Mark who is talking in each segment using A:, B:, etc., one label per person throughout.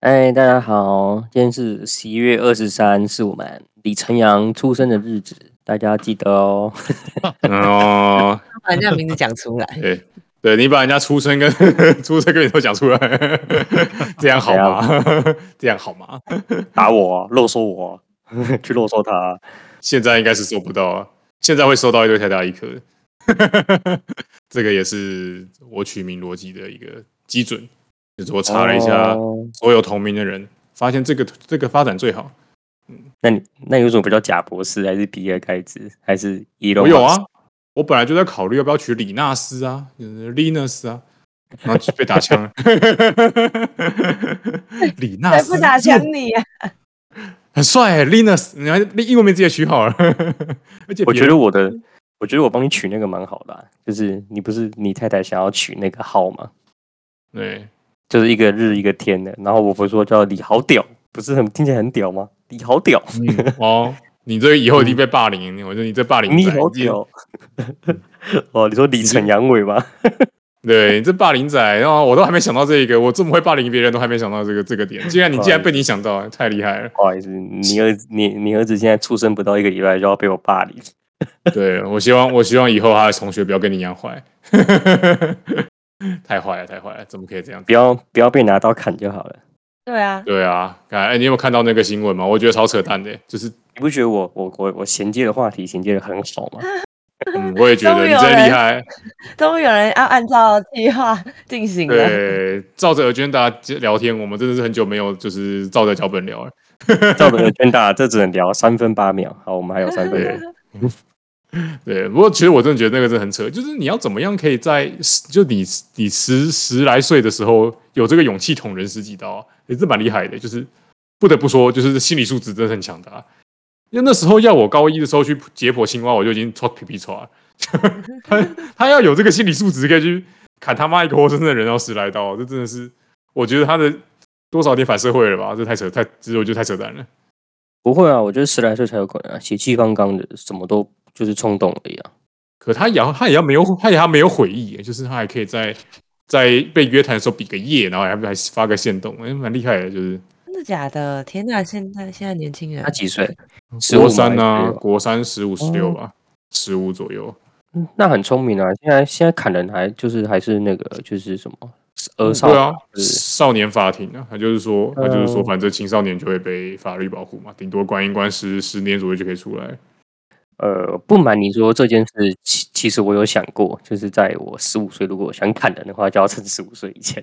A: 哎，大家好，今天是十一月二十三，是我们李晨阳出生的日子，大家记得哦。
B: 哦，。
C: 把人家名字讲出来
B: 对，对你把人家出生跟 出生跟你都讲出来，这样好吗？这样好吗？
A: 打我，啰嗦我，去啰嗦他。
B: 现在应该是收不到啊，现在会收到一堆台大一科的， 这个也是我取名逻辑的一个基准，就是我查了一下
A: 哦
B: 所有同名的人，发现这个这个发展最好。
A: 那你那有什么不叫贾博士，还是比尔盖茨，还是伊隆？
B: 我有啊，，我本来就在考虑要不要取李纳斯啊，就是 Linus 啊。然后就被打枪 了，李纳
C: 才
B: 斯
C: 不打枪你啊！
B: 很帅、欸、，Linus，你还英文名字也取好了， 而且
A: 我
B: 别
A: 觉得我的，我觉得我帮你取那个蛮好的啊、就是你不是你太太想要取那个号吗？
B: 对，
A: 就是一个日一个天的，然后我不是说叫李好屌，不是很听起来很屌吗？李好屌，
B: 嗯，哦，你这以后一定被霸凌，我觉得你这霸凌仔，
A: 你好
B: 你
A: 屌。 哦，你说李晨阳痿吗？
B: 对，你这霸凌仔，然后我都还没想到这一个，我这么会霸凌别人，都还没想到这个这个点，
A: 哎
B: 竟然你竟然被你想到，太厉害了。
A: 不好意思，你儿子你你儿子现在出生不到一个礼拜就要被我霸凌。
B: 对我希望我希望以后他的同学不要跟你一样坏， 太坏了，太坏了，怎么可以这样
A: 不？要不要被拿刀砍就好了。
C: 对啊，
B: 对啊，哎、你有没有看到那个新闻吗？我觉得超扯淡的，就是，
A: 你不觉得我我我我衔接的话题衔接的很好吗？
B: 嗯，我也觉得
C: 终于
B: 你
C: 有
B: 真
C: 人
B: 厉害，
C: 终于有人要按照计划进行了。
B: 对，照着 agenda 聊天，我们真的是很久没有就是照着脚本聊了。
A: 照着圈大，这只能聊三分八秒。好，我们还有三分钟。
B: 对，不过其实我真的觉得那个真的很扯，就是你要怎么样可以在十就你你十十来岁的时候有这个勇气捅人十几刀、啊，也是蛮厉害的。就是不得不说，就是心理素质真的很强大。因为那时候要我高一的时候去解剖青蛙，我就已经戳皮皮戳了。啊他他要有这个心理素质，可以去砍他妈一个活生生的人，然后十来刀，啊这真的是我觉得他的多少有点反社会了吧？这太扯太，这我觉得太扯淡了。
A: 不会啊，我觉得十来岁才有可能啊，血气方刚的，什么都就是冲动而已啊。
B: 可他也要他也要没有他也要没有悔意耶，就是他还可以在在被约谈的时候比个耶，然后还还发个线动，哎、蛮厉害的，就是
C: 真的假的？天哪！现在现在年轻人
A: 他，几岁？
B: 国
A: 15
B: 三
A: 嘛还
B: 啊
A: 是，16
B: 国三十
A: 哦
B: 五十六吧，十五左右。
A: 嗯那很聪明啊！现在现在砍人还就是还是那个就是什么儿呃少
B: 对啊，
A: 是
B: 少年法庭啊，他就是说他就是说，
A: 嗯
B: 反正青少年就会被法律保护嘛，顶多关一关十十年左右就可以出来。
A: 呃，不瞒你说这件事，其其实我有想过，就是在我十五岁如果想砍人的话，就要趁十五岁以前。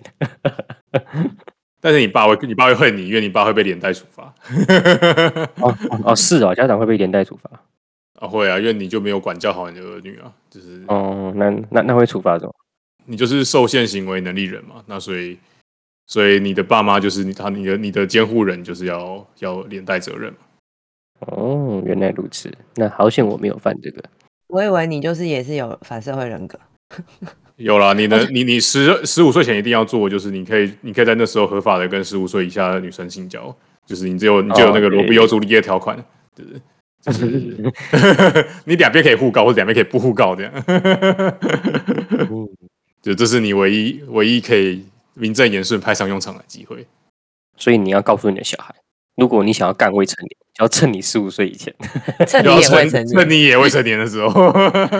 B: 但是你爸会你爸会恨你，因为你爸会被连带处罚。
A: 哦哦哦，是哦，家长会被连带处罚。
B: 啊会啊，因为你就没有管教好你的儿女啊，就是
A: 哦，那那那会处罚什么？
B: 你就是受限行为能力人嘛，那所以所以你的爸妈就是你他你的你的监护人就是要要连带责任嘛。
A: 哦，原来如此。那好险我没有犯这个。
C: 我以为你就是也是有反社会人格。
B: 有啦，你的你你十十五岁前一定要做，就是你可以你可以在那时候合法的跟十五岁以下的女生性交，就是你只有你就有那个罗密欧朱丽叶条款，就是就是 你两边可以互告，或者两边可以不互告这样。 就这是你唯一唯一可以名正言顺派上用场的机会。
A: 所以你要告诉你的小孩，如果你想要干未成年，就要趁你十五岁以前。
C: 趁 你
B: 要
C: 也未
B: 趁
C: 成
B: 趁
C: 年，
B: 你也未成年的时候，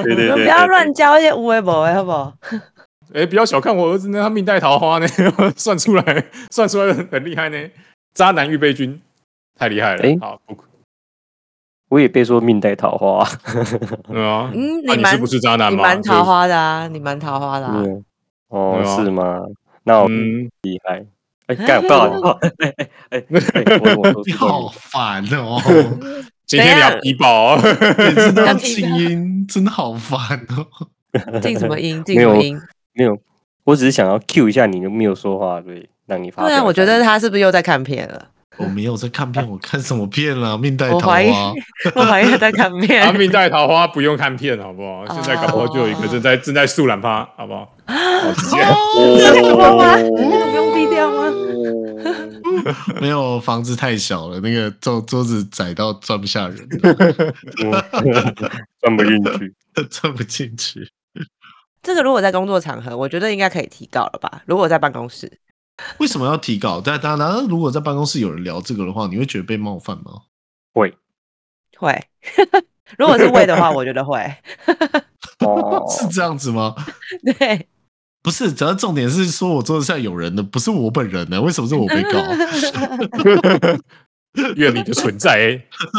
A: 对
C: 你们不要乱教一些无为不为，好不好？
B: 哎、不要小看我儿子呢，他命带桃花呢， 算出来，算出来很很厉害呢。渣男预备军，太厉害了。
A: 诶
B: 好，不，
A: 我也被说命带桃花、啊。
B: 对啊，
C: 嗯，
B: 啊、你是
C: 蛮
B: 不是渣男
C: 你
B: 吗？
C: 蛮
B: 就
C: 桃。花的啊，你蛮桃花 的啊。
A: 嗯哦，
B: 对啊
A: 是吗？那我
B: 嗯，
A: 厉害。哎，干不好意思， 哎哎哎哎，我我
D: 你
A: 我
D: 好烦哦！
B: 今天你
C: 等
B: 要
C: 一下
B: 低保、
C: 啊
B: 哦，
D: 每次都
C: 要
D: 要
C: 听
D: 静音，真的好烦哦。
C: 进什么音？进
A: 没
C: 什
A: 有
C: 么音？
A: 没有，我只是想要 Q 一下你，就没有说话，对，让你发表一
C: 对
A: 下。
C: 啊，我觉得他是不是又在看片了？
D: 我没有在看片，我看什么片了、命带
C: 我
D: 桃
C: 怀疑
D: 花。
C: 我怀疑他在看片
B: 阿命带桃花不用看片，好不好？
C: 哦
B: 现在搞不好就有一个正在正在速览趴，好不好？好直 接
C: 这个哦吗？
B: 哦
C: 那个不用低调吗？
D: 没有房子太小了，那个桌桌子窄到转不下人，
A: 转不进 去。
D: 转不进去。
C: 这个如果在工作场合，我觉得应该可以提高了吧？如果在办公室，
D: 为什么要提稿？但当然，如果在办公室有人聊这个的话，你会觉得被冒犯吗？
C: 会。 如果是会的话，我觉得会。
A: 哦，
D: 是这样子吗？
C: 对，
D: 不是，主要重点是说我桌子上有人的，不是我本人呢、为什么是我被告？啊
B: 愿你的存在，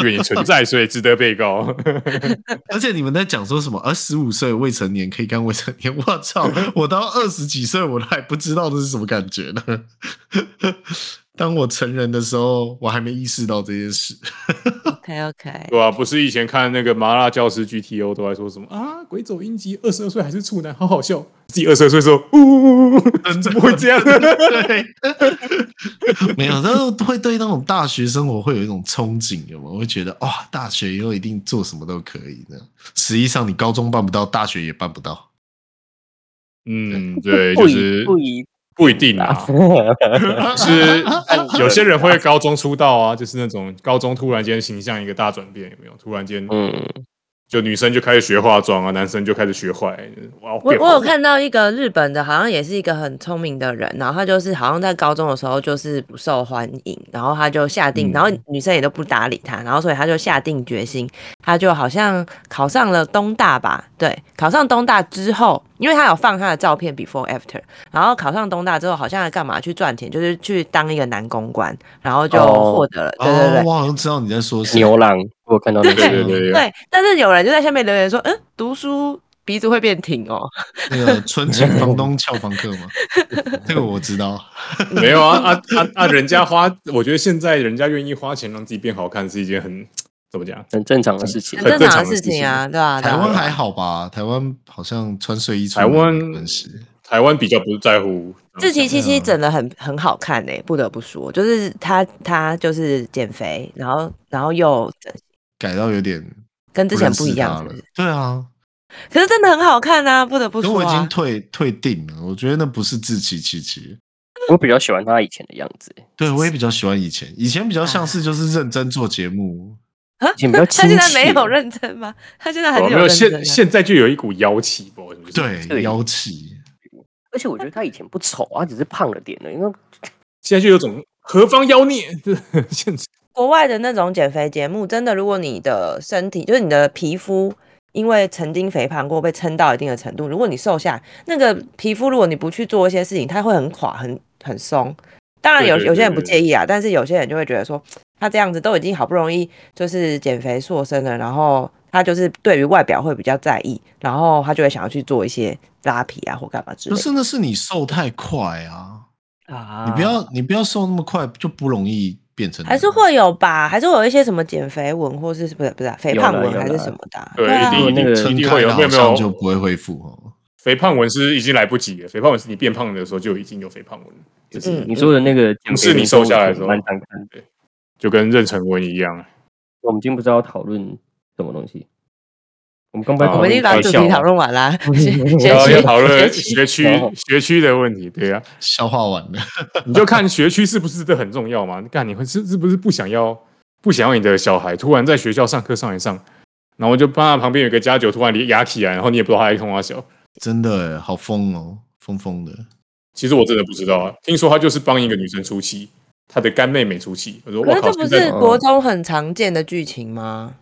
B: 愿你存在，所以值得被告。
D: 而且你们在讲说什么？而十五岁未成年可以干未成年？ 我操！我到二十几岁，我都还不知道这是什么感觉呢。 当我成人的时候，我还没意识到这件事。
C: OK OK，
B: 对啊，不是以前看那个麻辣教师 GTO 都还说什么啊，鬼走阴极，二十二岁还是处男，好好笑。自己二十二岁的时候，呜、怎么会这样？
D: 对，没有，但是会对那种大学生活会有一种憧憬，有吗？我会觉得哇，大学以后一定做什么都可以的。实际上，你高中办不到，大学也办不到。
B: 嗯，对，
A: 不
B: 就
A: 一
B: 是
A: 不一
B: 不一定啊， 是有些人会高中出道啊，就是那种高中突然间形象一个大转变，有没有？突然间，
A: 嗯，
B: 就女生就开始学化妆啊，男生就开始学坏。哇，
C: 我
B: 变
C: 我有
B: 坏
C: 看到一个日本的，好像也是一个很聪明的人，然后他就是好像在高中的时候就是不受欢迎，然后他就下定，然后女生也都不搭理他，然后所以他就下定决心，他就好像考上了东大吧，对，考上东大之后，因为他有放他的照片 before after，然后考上东大之后好像还干嘛去赚钱，就是去当一个男公关，然后就
A: 哦
C: 获得了，对对对
D: 哦，我好像知道你在说什么。
A: 牛郎，我有看到那
B: 对对
A: 个，
B: 对对，
C: 对，但是有人就在下面留言说，嗯，读书鼻子会变挺哦，
D: 那个纯情房东俏房客 吗？这个我知道。
B: 没有啊啊啊啊！人家花，我觉得现在人家愿意花钱让自己变好看是一件很怎么讲？
A: 很正常的事情
C: 很。
B: 很
C: 正
B: 正
C: 常
B: 常
C: 的
B: 的
C: 事
B: 事
C: 情
B: 情
C: 啊，对啊，对
D: 台
C: 啊
D: 湾还好吧？台湾好像穿睡衣出
B: 台
D: 门
B: 湾
D: 没关系。
B: 台湾比较不在乎。
C: 志奇七七
D: 嗯
C: 整的很很好看呢、不得不说，就是他他就是减肥，然后然后又整
D: 改到有点
C: 跟之前
D: 认
C: 不
D: 识
C: 一样
D: 他
C: 是不
D: 了
C: 是，。
D: 对啊，
C: 可是真的很好看啊，不得不
D: 可我
C: 说
D: 已经
C: 啊。
D: 退退订了，我觉得那不是自欺欺欺。
A: 我比较喜欢他以前的样子，
D: 对，我也比较喜欢以前，以前比较像是
C: 哎
D: 就是认真做节目，
C: 啊
A: 以前比较
C: 他现在
A: 亲切
C: 没有认真吗？他
D: 啊
C: 现在还
B: 有
C: 是
B: 哦没有
C: 认真啊的
B: 现。现在就有一股妖气不？是不是，
D: 对，
A: 对
D: 妖气。
A: 而且我觉得他以前不丑啊，只是胖了点了，因为
B: 现在就有种何方妖孽？现在
C: 国外的那种减肥节目，真的，如果你的身体就是你的皮肤，因为曾经肥胖过被撑到一定的程度，如果你瘦下来，那个皮肤如果你不去做一些事情，它会很垮、很很松。当然
B: 对
C: 有
B: 对
C: 有些
B: 对
C: 人不
B: 对
C: 介意啊，但是有些人就会觉得说，他这样子都已经好不容易就是减肥塑身了，然后他就是对于外表会比较在意，然后他就会想要去做一些拉皮啊或干嘛之类
D: 不
C: 的。
D: 是，那是你瘦太快啊！
C: 啊
D: 你不要你不要瘦那么快，就不容易变成那样。
C: 还是会有吧，还是会有一些什么减肥文，或是不是不是啊、肥
A: 有
C: 胖
A: 啦
C: 文
A: 有
C: 还是
A: 啦
C: 什么的啊、
B: 对
C: 啊
B: 一定一
A: 那
B: 定
A: 个
B: 一
D: 撑
B: 定会
D: 开
B: 有，
D: 了
B: 没有
D: 好
B: 没
D: 像
B: 有
D: 就不会恢复哦。
B: 肥胖纹是已经来不及了，肥胖纹是你变胖的时候就已经有肥胖纹了，就是、
C: 嗯
A: 你说的那个减
B: 是
A: 肥
B: 你
A: 的
B: 瘦
A: 动
B: 下来
A: 作
B: 的时候
A: 蛮常看的。
B: 就跟妊娠纹一样。
A: 我们今天不是要讨论什么东西？我们刚刚
B: 啊
C: 我们已经把主题讨论 完啦，学学
B: 然后要
C: 区
B: 讨论
C: 学
B: 学区
A: 然后
B: 学区的问题，对啊，
D: 消化完了，
B: 你就看学区是不是这很重要嘛？干你会是是不是不想要不想要你的小孩突然在学校上课上一上，然后就怕旁边有个家酒突然离压起来，然后你也不知道他在冲他小。
D: 真的耶好疯哦，疯疯的。
B: 其实我真的不知道啊，听说他就是帮一个女生出气，他的干妹妹出气。我说
C: 可
B: 我
C: 是
B: 靠，
C: 这不
B: 现
C: 是
B: 在
C: 国中很常见的剧情吗？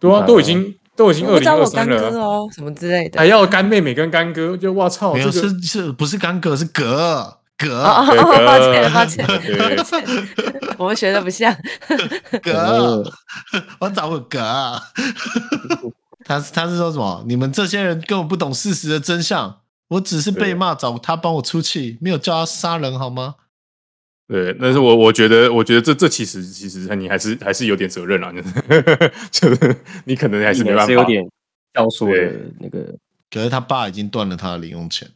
B: 对啊，都已经都已经
C: 我
B: 二
C: 不
B: 零
C: 找
B: 二
C: 我
B: 三
C: 干哥
B: 了啊，
C: 哦，什么之类的
B: 还。要干妹妹跟干哥，就哇操，
D: 没有
B: 哦这个啊
D: 是是不是干戈是隔
C: 哦哦
D: 隔
C: 哦，
B: 对
C: 抱歉抱歉
B: 对
C: 抱歉，我们学的不像。
B: 呃
D: 隔， 我找我隔。 他他是说什么？你们这些人根本不懂事实的真相，我只是被骂，找他帮我出气，没有叫他杀人好吗？
B: 对，但是我我觉得，我觉得这这其实其实你还是还是有点责任啊，就是 就是你可能还
A: 还
B: 是
A: 是
B: 没办法，啊
A: 有点教唆的
B: 对
A: 那个
D: 可是他爸已经断了他的零用钱。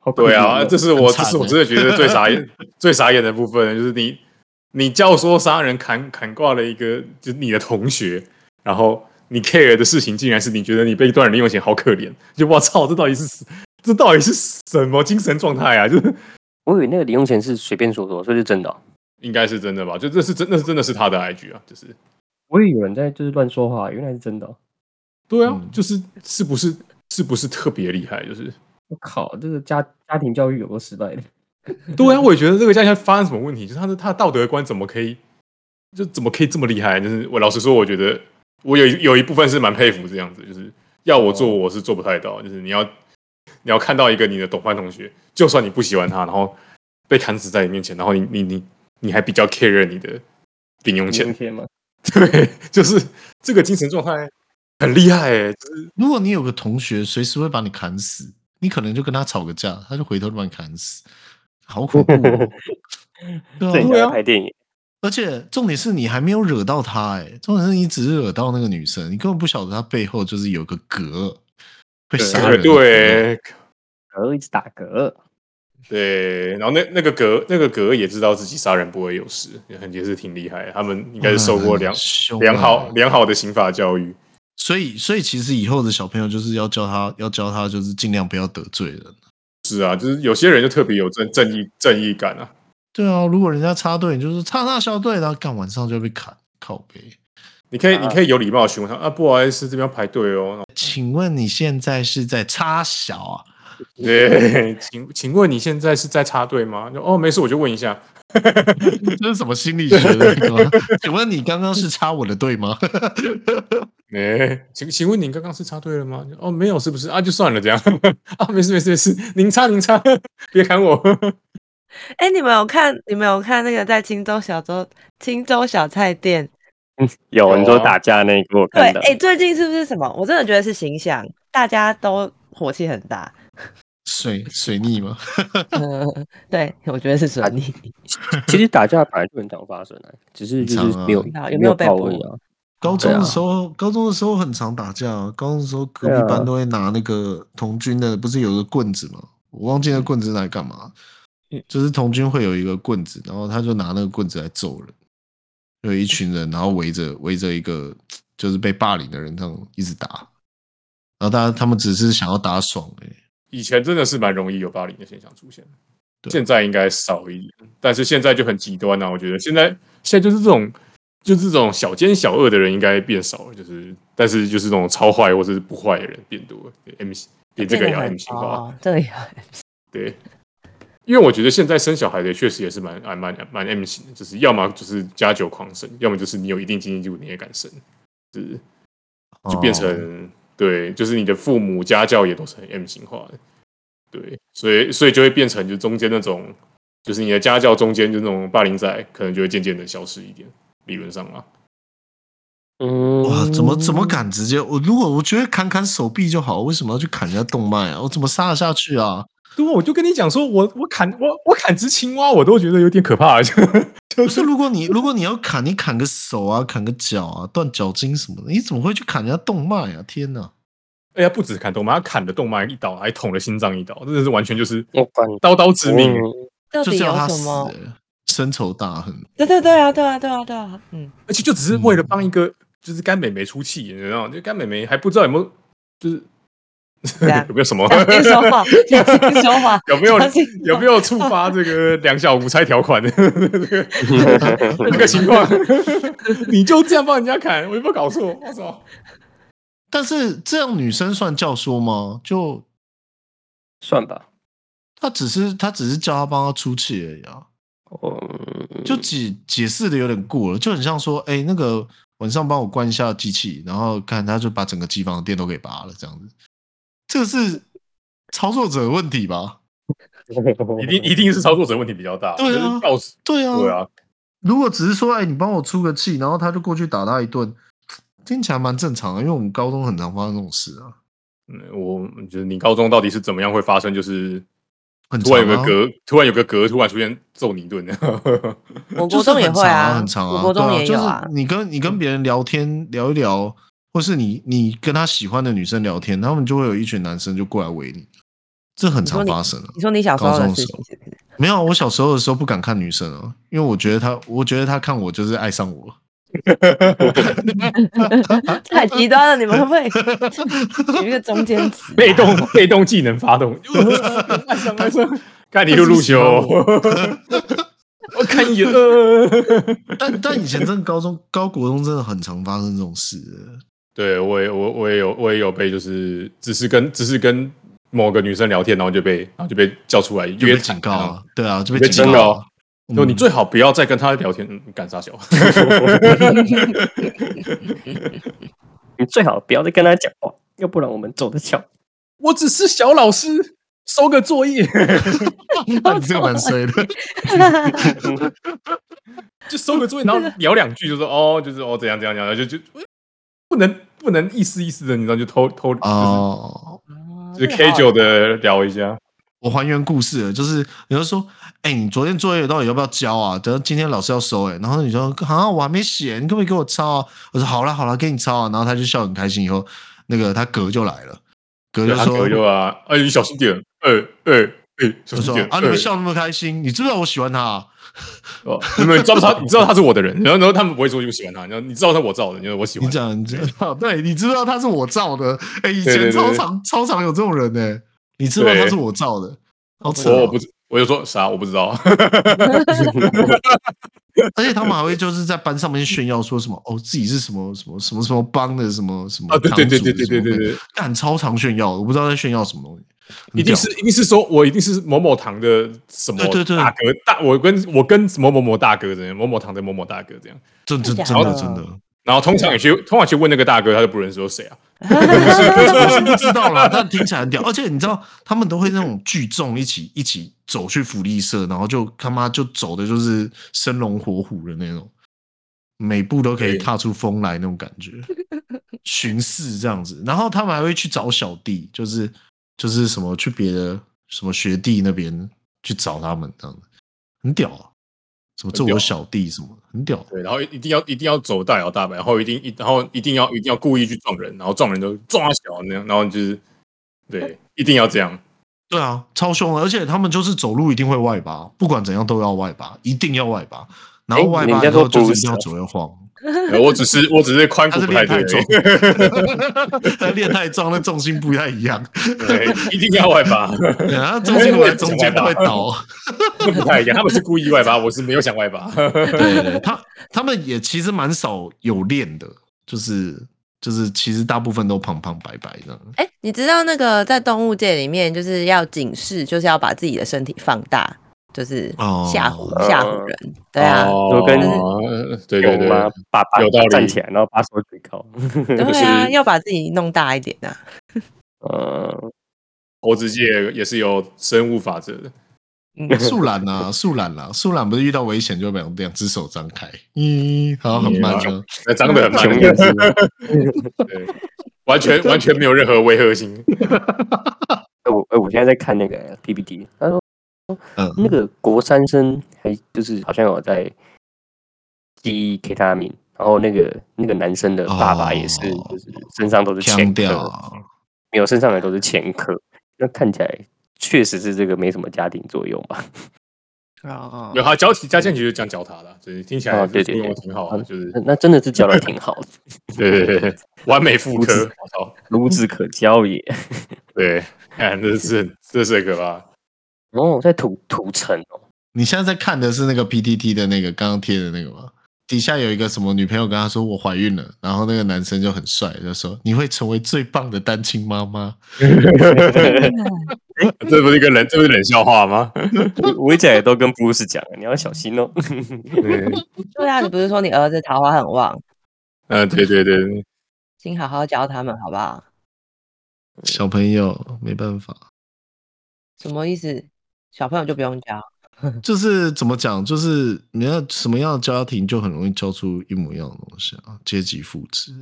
A: 好可
B: 对啊，
A: 怜哦
B: 这是我
D: 很
B: 这
D: 惨
B: 是我
D: 欸
B: 真的觉得最傻 眼最傻眼的部分，就是你你教唆杀人砍砍挂了一个就是你的同学，然后你 care 的事情竟然是你觉得你被断了零用钱好可怜，就我操，这到底是这到底是什么精神状态啊？ 就是
A: 我以为那个零用钱是随便说说，所以是真的哦、
B: 应该是真的吧？就这是真那是真的是他的 IG 啊，就是
A: 我以为有人在就是乱说话，原来是真的哦、
B: 对啊，
D: 嗯
B: 就是是不是是不是特别厉害？就是
A: 我靠，这个家家庭教育有多失败的？
B: 对啊，我也觉得这个家现在发生什么问题，就是他的他的道德观怎么可以，就怎么可以这么厉害？就是我老实说，我觉得我有一有一部分是蛮佩服这样子，就是要我做我是做不太到，就是你要你要看到一个你的董班同学，就算你不喜欢他，然后被砍死在你面前，然后你你你你还比较 care 你的零用
A: 零
B: 钱
A: 用，钱吗？
B: 对， 就是这个精神状态很厉害哎、就是
D: 如果你有个同学随时会把你砍死，你可能就跟他吵个架，他就回头就把你砍死，好恐怖、 哦
A: 这
D: 对
A: 人
D: 啊！
A: 家在拍电影，
D: 而且重点是你还没有惹到他、哎，重点是你只是惹到那个女生，你根本不晓得她背后就是有个格会杀人的格。
B: 对
A: 嗝一直打嗝，
B: 对，然后那那个格那个格也知道自己杀人不会有事，也很也是挺厉害的。他们应该是嗯受过良
D: 哇很凶啊
B: 良好良好的刑法教育。
D: 所以所以其实以后的小朋友就是要教他，要教他就是尽量不要得罪人。
B: 是啊，就是有些人就特别有正正义正义感啊。
D: 对啊，如果人家插队，你就是插插小队，然后干晚上就被砍，靠背。
B: 你可以、
A: 啊
B: 你可以有礼貌地询问他啊，不好意思，这边要排队哦。
D: 请问你现在是在插小啊？
B: 对，请请问你现在是在插队吗？就哦，没事，我就问一下。
D: 这是什么心理学的那个吗？ 请问你刚刚是插我的队吗？
B: 哎、请请问您刚刚是插队了吗？就哦，没有，是不是啊？就算了，这样 啊，没事没事没事，您插您插， 别砍我。
C: 哎、你们有看？你们有看那个在青州小粥青州小菜店？
A: 有你说
B: 有啊
A: 打架那一个我
C: 对，
A: 看到
C: 哎、，最近是不是什么？我真的觉得是形象，大家都火气很大。
D: 水水逆吗？
C: 嗯，对，我觉得是
B: 啊
C: 水逆。
A: 其实打架本来就很常发生啊，只是就
D: 很
A: 是
D: 常啊
A: 没有
C: 啊有没
A: 没
C: 有被
A: 报
C: 捕
A: 而已啊。
D: 高中的时候，高中的时候很常打架、啊。高中的时候，隔壁
A: 对啊
D: 班都会拿那个童军的，不是有个棍子吗？我忘记那棍子拿来干嘛。
B: 嗯
D: 就是童军会有一个棍子，然后他就拿那个棍子来揍人，有一群人，然后围着围着一个就是被霸凌的人这样一直打，然后大家他们只是想要打爽而已。
B: 以前真的是蛮容易有霸凌的现象出现，
D: 对
B: 现在应该少一点，但是现在就很极端啊！我觉得现在现在就是这种，就是这种小奸小恶的人应该变少了，就是但是就是那种超坏或者是不坏的人变多了对，M 比这个也要 M 型化，
C: 哦，这个也要
B: 对。因为我觉得现在生小孩的确实也是蛮蛮蛮蛮 M 型的，就是要么就是加九狂生，要么就是你有一定经济基础你也敢生，就是就变成、
D: 哦
B: 对，就是你的父母家教也都是很 M 型化的，对，所以所以就会变成就中间那种，就是你的家教中间就那种霸凌仔，可能就会渐渐的消失一点，理论上啊，
A: 嗯，
D: 哇，怎么怎么？敢直接？我如果我觉得砍砍手臂就好，为什么要去砍人家动脉啊？我怎么杀得下去啊？
B: 对，我就跟你讲说，我我砍我我砍只青蛙，我都觉得有点可怕，啊就
D: 不是，如果你如果你要砍，你砍个手啊，砍个脚啊，断脚筋什么的，你怎么会去砍人家动脉啊？天哪！
B: 哎呀，不止砍动脉，他砍的动脉一刀，还捅了心脏一刀，真的是完全就是
A: 我管
B: 刀刀致命。
A: 嗯
C: 到
D: 就
C: 底
D: 是要他
C: 有
D: 死
C: 什么？
D: 欸，深仇大恨。
C: 对对对啊，对啊，对啊，对啊，嗯，
B: 欸而且就只是为了帮一个就是干美眉出气，你知道吗？就干美眉还不知道有没有就是
C: 对啊
B: 有没有什么
C: 小心说
B: ，
C: 话，小心说话
B: 有没有
C: 小心
B: 有没有触发这个两小无猜条 款的这
A: 嗯
B: 个情况？你就这样帮人家砍，我有没有搞错？我操！
D: 但是这样女生算教唆吗？就
A: 算吧，
D: 她只是她只是叫他帮她出气而已啊，
A: 嗯，
D: 就解解释的有点过了，就很像说，哎、那个晚上帮我关一下机器，然后看他就把整个机房的电都给拔了，这样子，这个是操作者的问题吧？
B: 一定一定是操作者问题比较大，
D: 对啊
B: 就是告诉
D: 对啊，
B: 对啊，
D: 如果只是说，哎、你帮我出个气，然后他就过去打他一顿，听起来蛮正常的，啊因为我们高中很常发生这种事啊，
B: 嗯，我就是你高中到底是怎么样会发生？就是
D: 很
B: 突然有个
D: 常啊
B: 格，突然有个格，突然出现揍你一 顿。
C: 我国
D: 就是
C: 中也
D: 很
C: 会
D: 常啊，很常啊，
C: 我国中
D: 对
C: 也有啊
D: 就是。你跟你跟别人聊天聊一聊，或是你你跟他喜欢的女生聊天，他们就会有一群男生就过来围你，这很
C: 你
D: 常
C: 说
D: 发生啊。
C: 你说你小时候
D: 高中
C: 的
D: 的
C: 事
D: 时候
C: 情是不 是？
D: 没有，啊我小时候的时候不敢看女生啊，因为我觉得她，我觉得她看我就是爱上我。
C: 太极端了，你们会不会 有一个中间值？
E: 被动 被动技能发动，爱上爱上，看你又入球，我看你了。
D: 但但以前真的高中、高国中真的很常发生这种事的。
B: 对我也我我也有我也有被就是只是跟只是跟某个女生聊天，然后就被然后就被叫出来
D: 就被
B: 约
D: 警
B: 谈
D: 告
B: 这样
D: 啊，对啊，就被
B: 被
D: 警
B: 警
D: 告
B: 告
D: 啊。
B: 说 你最好不要再跟她聊天，嗯干啥小？
A: 你最好不要再跟他讲话，要不然我们走得巧。
B: 我只是小老师，收个作业
D: 那 你这个蛮衰的，
B: 就收个作业，然后聊两句就说哦，就是哦怎样怎样怎样，就就不能不能一丝一丝的，你知道就偷偷
D: 哦。
B: 就是 K 九的聊一下，
D: 我还原故事了，就是有人说：“哎、你昨天作业到底要不要交啊？等到今天老师要收哎、然后你说：“啊，我还没写，你可不可以给我抄啊？”我说：“好啦好啦，给你抄啊。”然后他就笑得很开心。以后那个他哥就来了，哥
B: 对
D: 就
B: 他
D: 说：“
B: 隔就啊，哎你小心点，哎哎哎小心
D: 就说
B: 点
D: 啊，你们
B: 哎
D: 笑那么开心，你知不知道我喜欢他、啊？
B: 哦，你们知道他，你知道他是我的人，然后然后他们不会说我喜欢他，然后你知道他我造的，你说我喜
D: 你
B: 欢
D: 这
B: 他，
D: 样，你知道， 对，你知不知道他是我造的？哎、以
B: 对
D: 前
B: 对对
D: 超常超常有这种人呢、你知不知道
B: 对
D: 他是我造的？好扯、
B: 我啊我
D: 哦！
B: 不知，我就说啥我不知道，
D: 而且他们还会就是在班上面炫耀说什么哦，自己是什么什么什么什么帮的什么什么
B: 啊对对对
D: 堂主
B: 对对对
D: 什么
B: 对
D: 的
B: 对，
D: 干超常炫耀，我不知道在炫耀什么东西，很
B: 一定
D: 屌
B: 是一定是说我一定是某某堂的什么
D: 对对对
B: 大哥大，我跟我跟某某某大哥这样，某某堂的某某大哥这样，
D: 真真
C: 真
D: 真的
C: 的
D: 真的，
B: 然后通常也去通常去问那个大哥，他就不认识说谁啊，
D: 我是不知道啦，但听起来很屌。而且你知道，他们都会那种聚众一起一起走去福利社，然后就他妈就走的就是生龙活虎的那种，每步都可以
B: 对
D: 踏出风来那种感觉，巡视这样子。然后他们还会去找小弟，就是就是什么去别的什么学弟那边去找他们这样子，很屌啊！什么这
B: 很屌
D: 我小弟什么，很屌。啊
B: 对，然后一定要一定要走大摇大摆，然后一定一然后一定要一定要故意去撞人，然后撞人就撞他小那样，然后就是 对，一定要这样，
D: 对啊，超凶的，而且他们就是走路一定会外八，不管怎样都要外八，一定要外八。然后
A: 诶
D: 外
A: 人
D: 八
A: 家
D: 以后
A: 说
D: 就是
A: Bruce
D: 一定要左右晃，
B: 对我只是我只是髋
D: 他
B: 骨
D: 是
B: 不
D: 练
B: 太
D: 太
B: 对
D: 重
B: 而已。，
D: 他练太重，那重心不太一样，
B: 对， 一定要外八，
D: 然后重 心过来中间都会倒。
B: 不太一样。他们是故意外八，我是没有想外八。
D: 对他他们也其实蛮少有练的，就是就是其实大部分都胖胖白白这样。
C: 哎、你知道那个在动物界里面，就是要警示，就是要把自己的身体放大，就是
D: 哦
C: 吓唬、吓唬人。对啊，
B: 哦
A: 就跟
B: 对对
A: 有
B: 对，
A: 吗？把把
B: 有道理
A: 站起来，然后把手举高。
C: 对啊，要把自己弄大一点啊。
A: 呃，
B: 猴子界也是有生物法则的。
C: 嗯，
D: 素懒啊，素懒啊，素懒不是遇到危险就把两只手张开，嗯，然后很慢这样。
B: 那长得很慢
A: 穷， 也是，
B: 对，完全完全没有任何违和性。
A: 哎我哎我现在在看那个 PPT，他说
D: 嗯，
A: 那个国三生还就是好像有在吸 K 他命，然后那个那个男生的爸爸也是，
D: 哦
A: 就是身上都是前
D: 腔
A: 科，
D: 调啊。
A: 没有身上的都是前科，那看起来确实是这个没什么家庭作用 吧？啊
C: 哦
B: 有，他脚体加进去就讲脚踏的，就是听起来
A: 哦对对
B: 作用
A: 对
B: 挺好的，啊就是
A: 那那真的是教的挺好 的，
B: 对对对对，完美妇科。
A: 嗯
B: 我操，
A: 孺子可教也。
B: 对，看这是这是很可怕。
A: 哦，在土土城哦，
D: 你现在在看的是那个 PTT 的那个刚刚贴的那个吗？底下有一个什么女朋友跟他说我怀孕了，然后那个男生就很帅，就说你会成为最棒的单亲妈妈。
B: 这不是一个冷，这不是冷笑话吗？
A: 我 我一直也都跟布鲁斯讲，你要小心哦。
B: 对
C: 对啊，你不是说你儿子桃花很旺，
B: 嗯，对对对，
C: 请好好教他们好不好？
D: 小朋友没办法，
C: 什么意思？小朋友就不用教，
D: 就是怎么讲，就是你要什么样的家庭就很容易教出一模一样的东西啊，阶级复制，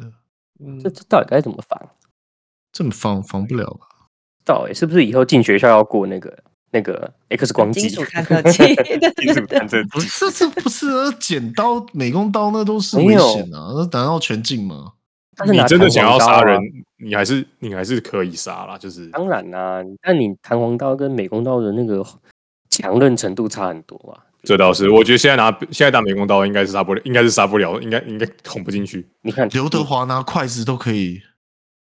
C: 嗯
A: 这，这到底该怎么防？
D: 这么防防不了吧？
A: 到底是不是以后进学校要过那个那个 X 光机？
C: 金属探测 器
A: 金属探测器。
D: 不是，这不是那剪刀、美工刀那都是
A: 没
D: 危
A: 有
D: 险啊，那难道全禁吗？
A: 他是
B: 你
A: 拿
B: 真的
A: 弹簧
B: 想要
A: 刀
B: 杀
A: 啊
B: 人？，你还是你还是可以杀啦，就是
A: 当然啦、但你弹簧刀跟美工刀的那个强韧程度差很多啊。
B: 这倒是，我觉得现在拿现在打美工刀应该是杀不了，应该是杀不了，应该应该捅不进去。
A: 你看
D: 刘德华拿筷子都可以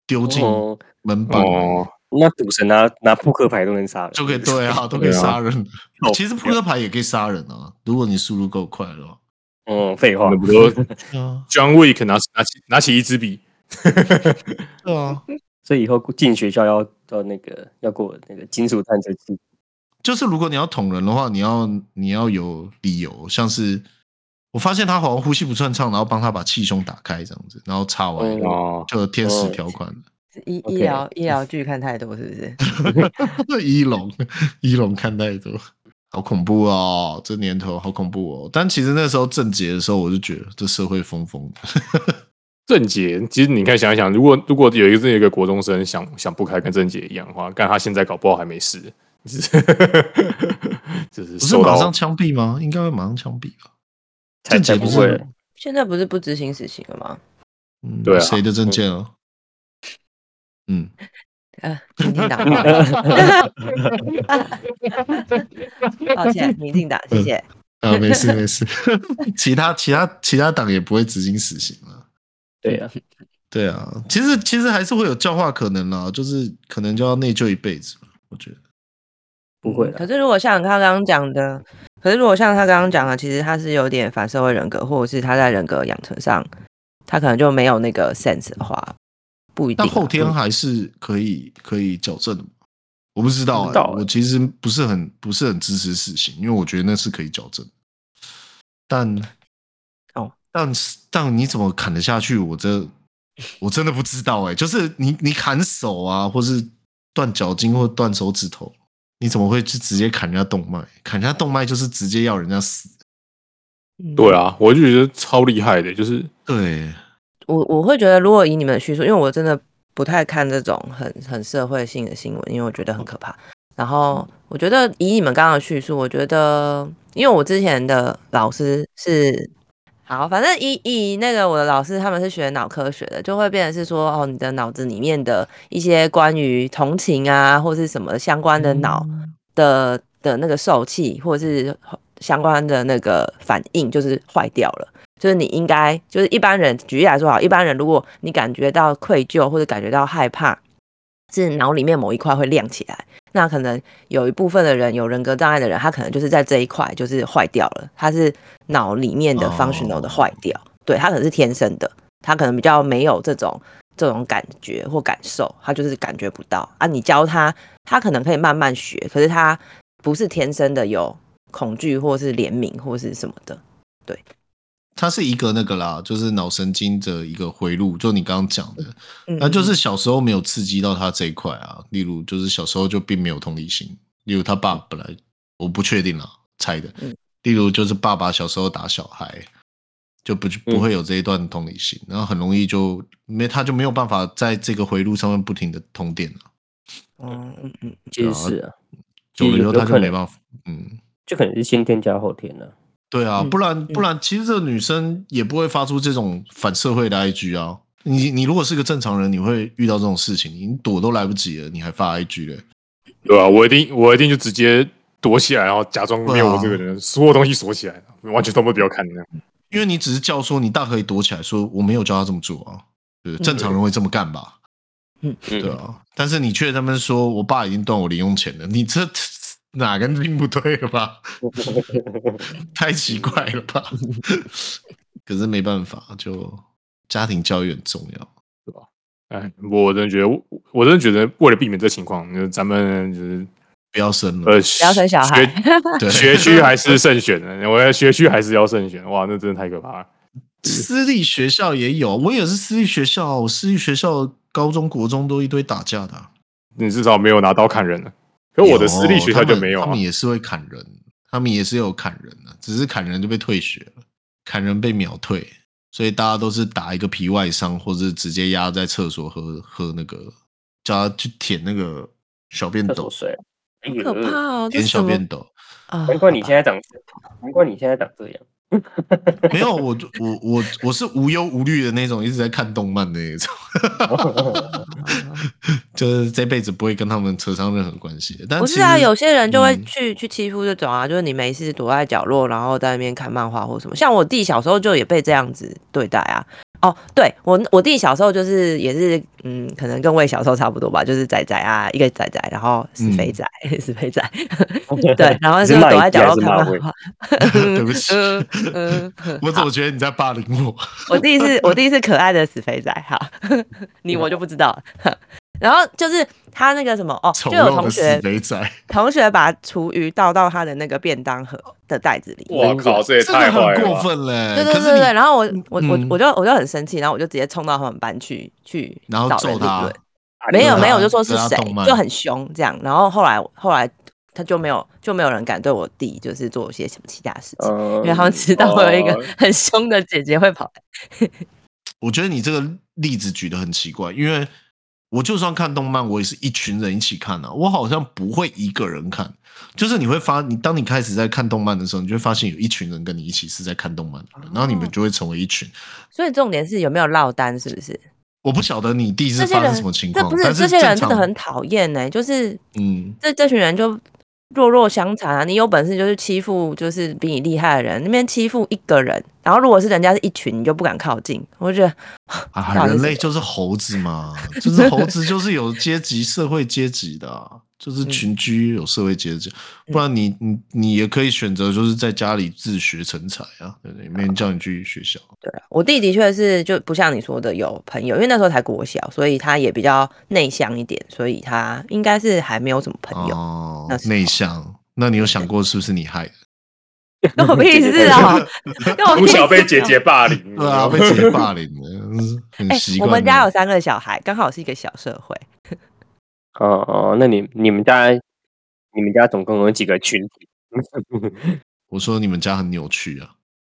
D: 丢进
A: 哦，
D: 门板，啊
B: 哦，
A: 那赌神拿拿扑克牌都能杀人，
D: 就可以对啊，都可以杀人。
B: 哦
D: 其实扑克牌也可以杀人啊，如果你速度够快的话。
A: 嗯，废话
B: 那，不都
D: 对啊，
B: John Wick 拿拿起拿起一支笔，
D: 对啊，
A: 所以以后进学校要要那个要过那个金属探测器，
D: 就是如果你要捅人的话，你要你要有理由，像是我发现他好像呼吸不顺畅，然后帮他把气胸打开这样子，然后插完
A: 嗯
B: 哦，
D: 就天使条款，
C: 医医
A: OK
C: 疗医疗剧看太多是不是？
A: 哦
D: 一龙一龙看太多，好恐怖哦！这年头好恐怖哦！但其实那时候正解的时候，我就觉得这社会疯疯的，
B: 郑杰，其实你看想一想，如果如果有一个这一个国中生想想不开跟郑杰一样的话，但他现在搞不好还没事，只是 就是
D: 不是
B: 受
D: 马
B: 到
D: 上枪毙吗？应该会马上枪毙吧？
A: 才
D: 正解
A: 才
D: 不
A: 不
D: 是
A: 会。
C: 现在不是不执行死刑了吗？
D: 嗯，
B: 对啊
D: 谁的证件啊？嗯，
C: 呃，民进党， 抱歉，民进党，谢谢。
D: 啊，没事没事， 其他其他其他党也不会执行死刑了。
A: 对 啊，
D: 对啊，其实其实还是会有教化可能啦，就是可能就要内疚一辈子吧，我觉得。
A: 不会
C: 可
A: 啦。
C: 是如果像他刚刚讲的，可是如果像他刚刚讲的，其实他是有点反社会人格，或者是他在人格养成上，他可能就没有那个 sense 的话，不一定
D: 但
C: 啊。
D: 后天
C: 嗯
D: 还是可以可以矫正的嘛，我不知道、
A: 不
D: 欸，
A: 知道欸
D: 我其实不是很不是很支持死刑，因为我觉得那是可以矫正的。但
C: 哦，
D: 但是但你怎么砍得下去？我这我真的不知道哎、就是你你砍手啊，或是断脚筋或断手指头，你怎么会去直接砍人家动脉？砍人家动脉就是直接要人家死。
B: 对啊，我就觉得超厉害的，就是
D: 对，
C: 我我会觉得，如果以你们的叙述，因为我真的不太看这种很很社会性的新闻，因为我觉得很可怕。然后我觉得以你们刚刚的叙述，我觉得，因为我之前的老师是好，反正以以那个我的老师他们是学脑科学的，就会变成是说，哦，你的脑子里面的一些关于同情啊，或是什么相关的脑的的那个受气，或者是相关的那个反应，就是坏掉了。就是你应该，就是一般人，举例来说好，一般人如果你感觉到愧疚或者感觉到害怕，是脑里面某一块会亮起来。那可能有一部分的人有人格障碍的人，他可能就是在这一块就是坏掉了，他是脑里面的
D: 哦
C: functional 的坏掉，对他可能是天生的，他可能比较没有这种这种感觉或感受，他就是感觉不到啊。你教他，他可能可以慢慢学，可是他不是天生的有恐惧或是怜悯或是什么的。
D: 它是一个那个啦，就是脑神经的一个回路，就你刚刚讲的，
C: 嗯
D: 那就
C: 嗯
D: 是小时候没有刺激到他这一块啊。例如，就是小时候就并没有同理心，例如他爸本来我不确定啦，猜的
C: 嗯。
D: 例如就是爸爸小时候打小孩，就不
C: 嗯
D: 不会有这一段同理心，然后很容易就没他就没有办法在这个回路上面不停的通电了，
C: 嗯嗯嗯，
A: 其实是啊，
D: 久了以
A: 有
D: 后
A: 有
D: 他就
A: 可能
D: 没办法，嗯。
A: 就可能是先天加后天了、
D: 对啊，
C: 嗯
D: 不然
C: 嗯
D: 不然，其实这个女生也不会发出这种反社会的 IG 啊。你你如果是个正常人，你会遇到这种事情，你躲都来不及了，你还发 IG 嘞？
B: 对啊，我一定我一定就直接躲起来，然后假装没
D: 啊
B: 有我这个人，所有东西锁起来，完全都不要看那样。
D: 因为你只是教唆你大可以躲起来，说我没有教他这么做啊，对，正常人会这么干吧？
C: 嗯，
D: 对啊，但是你却他们说我爸已经断我零用钱了，你这哪根筋不对了吧？ 太奇怪了吧？ 可是没办法，就家庭教育很重要。
B: 哎，我真的觉得，我我真的觉得，为了避免这情况，就是咱们
A: 嗯
B: 就是
D: 不要生了，
B: 呃，
C: 不要生小孩，
D: 对，
B: 学区还是慎选的，我要学区还是要慎选。哇，那真的太可怕了。
D: 私立学校也有，我也是私立学校，我私立学校高中、国中都一堆打架的啊、
B: 你至少没有拿刀砍人了，可我的私立学校就没有
D: 哦他们，
B: 啊
D: 他们。也是会砍人，他们也是有砍人的、只是砍人就被退学了，砍人被秒退，所以大家都是打一个皮外伤，或者直接压在厕所喝喝那个，叫他去舔那个小便
A: 厕所
D: 斗，
A: 水啊，哎
C: 可怕
A: 呦，
C: 哦，这
D: 舔
C: 什
D: 小
C: 么
D: 便斗。
C: 啊？
A: 难怪你现在长这，难怪你现在长这样，
D: 没有，我就我我我是无忧无虑的那种，一直在看动漫的 那种，就是这辈子不会跟他们扯上任何关系。但
C: 不
D: 其
C: 是啊，
D: 实
C: 有些人就会
D: 嗯
C: 去、去欺负这种啊，就是你没事躲在角落，然后在那边看漫画或什么。像我弟小时候就也被这样子对待啊。哦，对我我弟小时候就是也是嗯，可能跟魏小时候差不多吧，就是仔仔啊，一个仔仔，然后是
D: 嗯
C: 肥仔、 是肥仔，对，然后
A: 你
C: 就是
A: 骂
C: 躲
A: 你
C: 在
A: 弟
C: 角
A: 还
C: 落
A: 是
C: 看
A: 骂
C: 漫
A: 我
C: 画。
D: 对不起，
C: 嗯嗯，
D: 我怎么觉得你在霸凌我？
C: 我弟是我弟是可爱的死肥仔，好， 你我就不知道 了。然后就是他那个什么哦，
D: 丑
C: 就有
D: 陋
C: 同
D: 的死
C: 学
D: 肥仔，
C: 同学把厨余倒到他的那个便当盒的袋子里。
E: 我靠，这也
D: 真的
E: 太坏
D: 很过
E: 了吧！
D: 分嘞！
C: 对对对
D: 可是
C: 对对，
D: 你
C: 然后我我我
D: 嗯
C: 我就我就很生气，然后我就直接冲到他们班去去
D: 然后
C: 找
D: 揍
C: 人理
D: 他
C: 论，没有
D: 对
C: 没有，
D: 啊
C: 就说是
D: 对啊
C: 谁
D: 动漫
C: 就很凶这样，然后后来后来他就没有就没有人敢对我弟就是做一些什么其他事情，
A: 嗯
C: 因为他们知道我有一个
E: 哦
C: 很凶的姐姐会跑来，
D: 我觉得你这个例子举得很奇怪，因为我就算看动漫，我也是一群人一起看啊，我好像不会一个人看。就是你会发，你当你开始在看动漫的时候，你就会发现有一群人跟你一起是在看动漫的人，然后
C: 哦
D: 你们就会成为一群。
C: 所以重点是有没有落单，是不是？
D: 我不晓得你弟是
C: 这些
D: 发生
C: 人
D: 什么情
C: 这
D: 况，
C: 不是
D: 但
C: 这些人
D: 正
C: 真的
D: 常
C: 很讨厌呢，就是
D: 嗯，
C: 这这群人就弱弱相残啊！你有本事就是欺负，就是比你厉害的人，那边欺负一个人，然后如果是人家是一群，你就不敢靠近。我就觉得不
D: 啊，
C: 好意思
D: 人类就是猴子 嘛，就是猴子就是有阶级、社会阶级的啊、
C: 嗯
D: 就是群居有社会阶级，不然你你你也可以选择就是在家里自学成才啊，对不对？没人叫你去学校。
C: 对啊，我弟的确是就不像你说的有朋友，因为那时候才国小，所以他也比较内向一点，所以他应该是还没有什么朋友。
D: 哦
C: 那时，候
D: 内向。那你有想过是不是你害的？
C: 跟我屁事啊！ 跟我屁
E: 从小被
C: 事
E: 姐
C: 啊
E: 姐霸凌，
D: 对啊，被姐霸凌了，很
C: 哎、
D: 习
C: 我
D: 惯的。
C: 们家有三个小孩，刚好是一个小社会。
A: 哦哦，那你你们家你们家总共有几个群体？
D: 我说你们家很扭曲啊，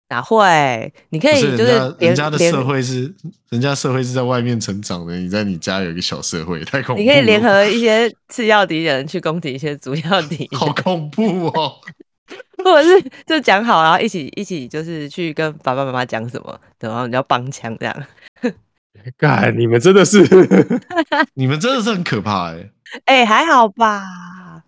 C: 哪会？你可
D: 不
C: 以
D: 是
C: 就
D: 人
C: 是
D: 家
C: 连
D: 人家的
C: 连
D: 社会是人家社会是在外面成长的，你在你家有一个小社会，太恐怖了。哦
C: 你可以联合一些次要敌人去攻击一些主要敌人，
D: 好恐怖哦！
C: 或者是就讲好，然后一起一起就是去跟爸爸妈妈讲什么，然后你要帮腔这样。
B: 干，你们真的 是
D: 你们真的是很可怕哎、
C: 哎、还好吧？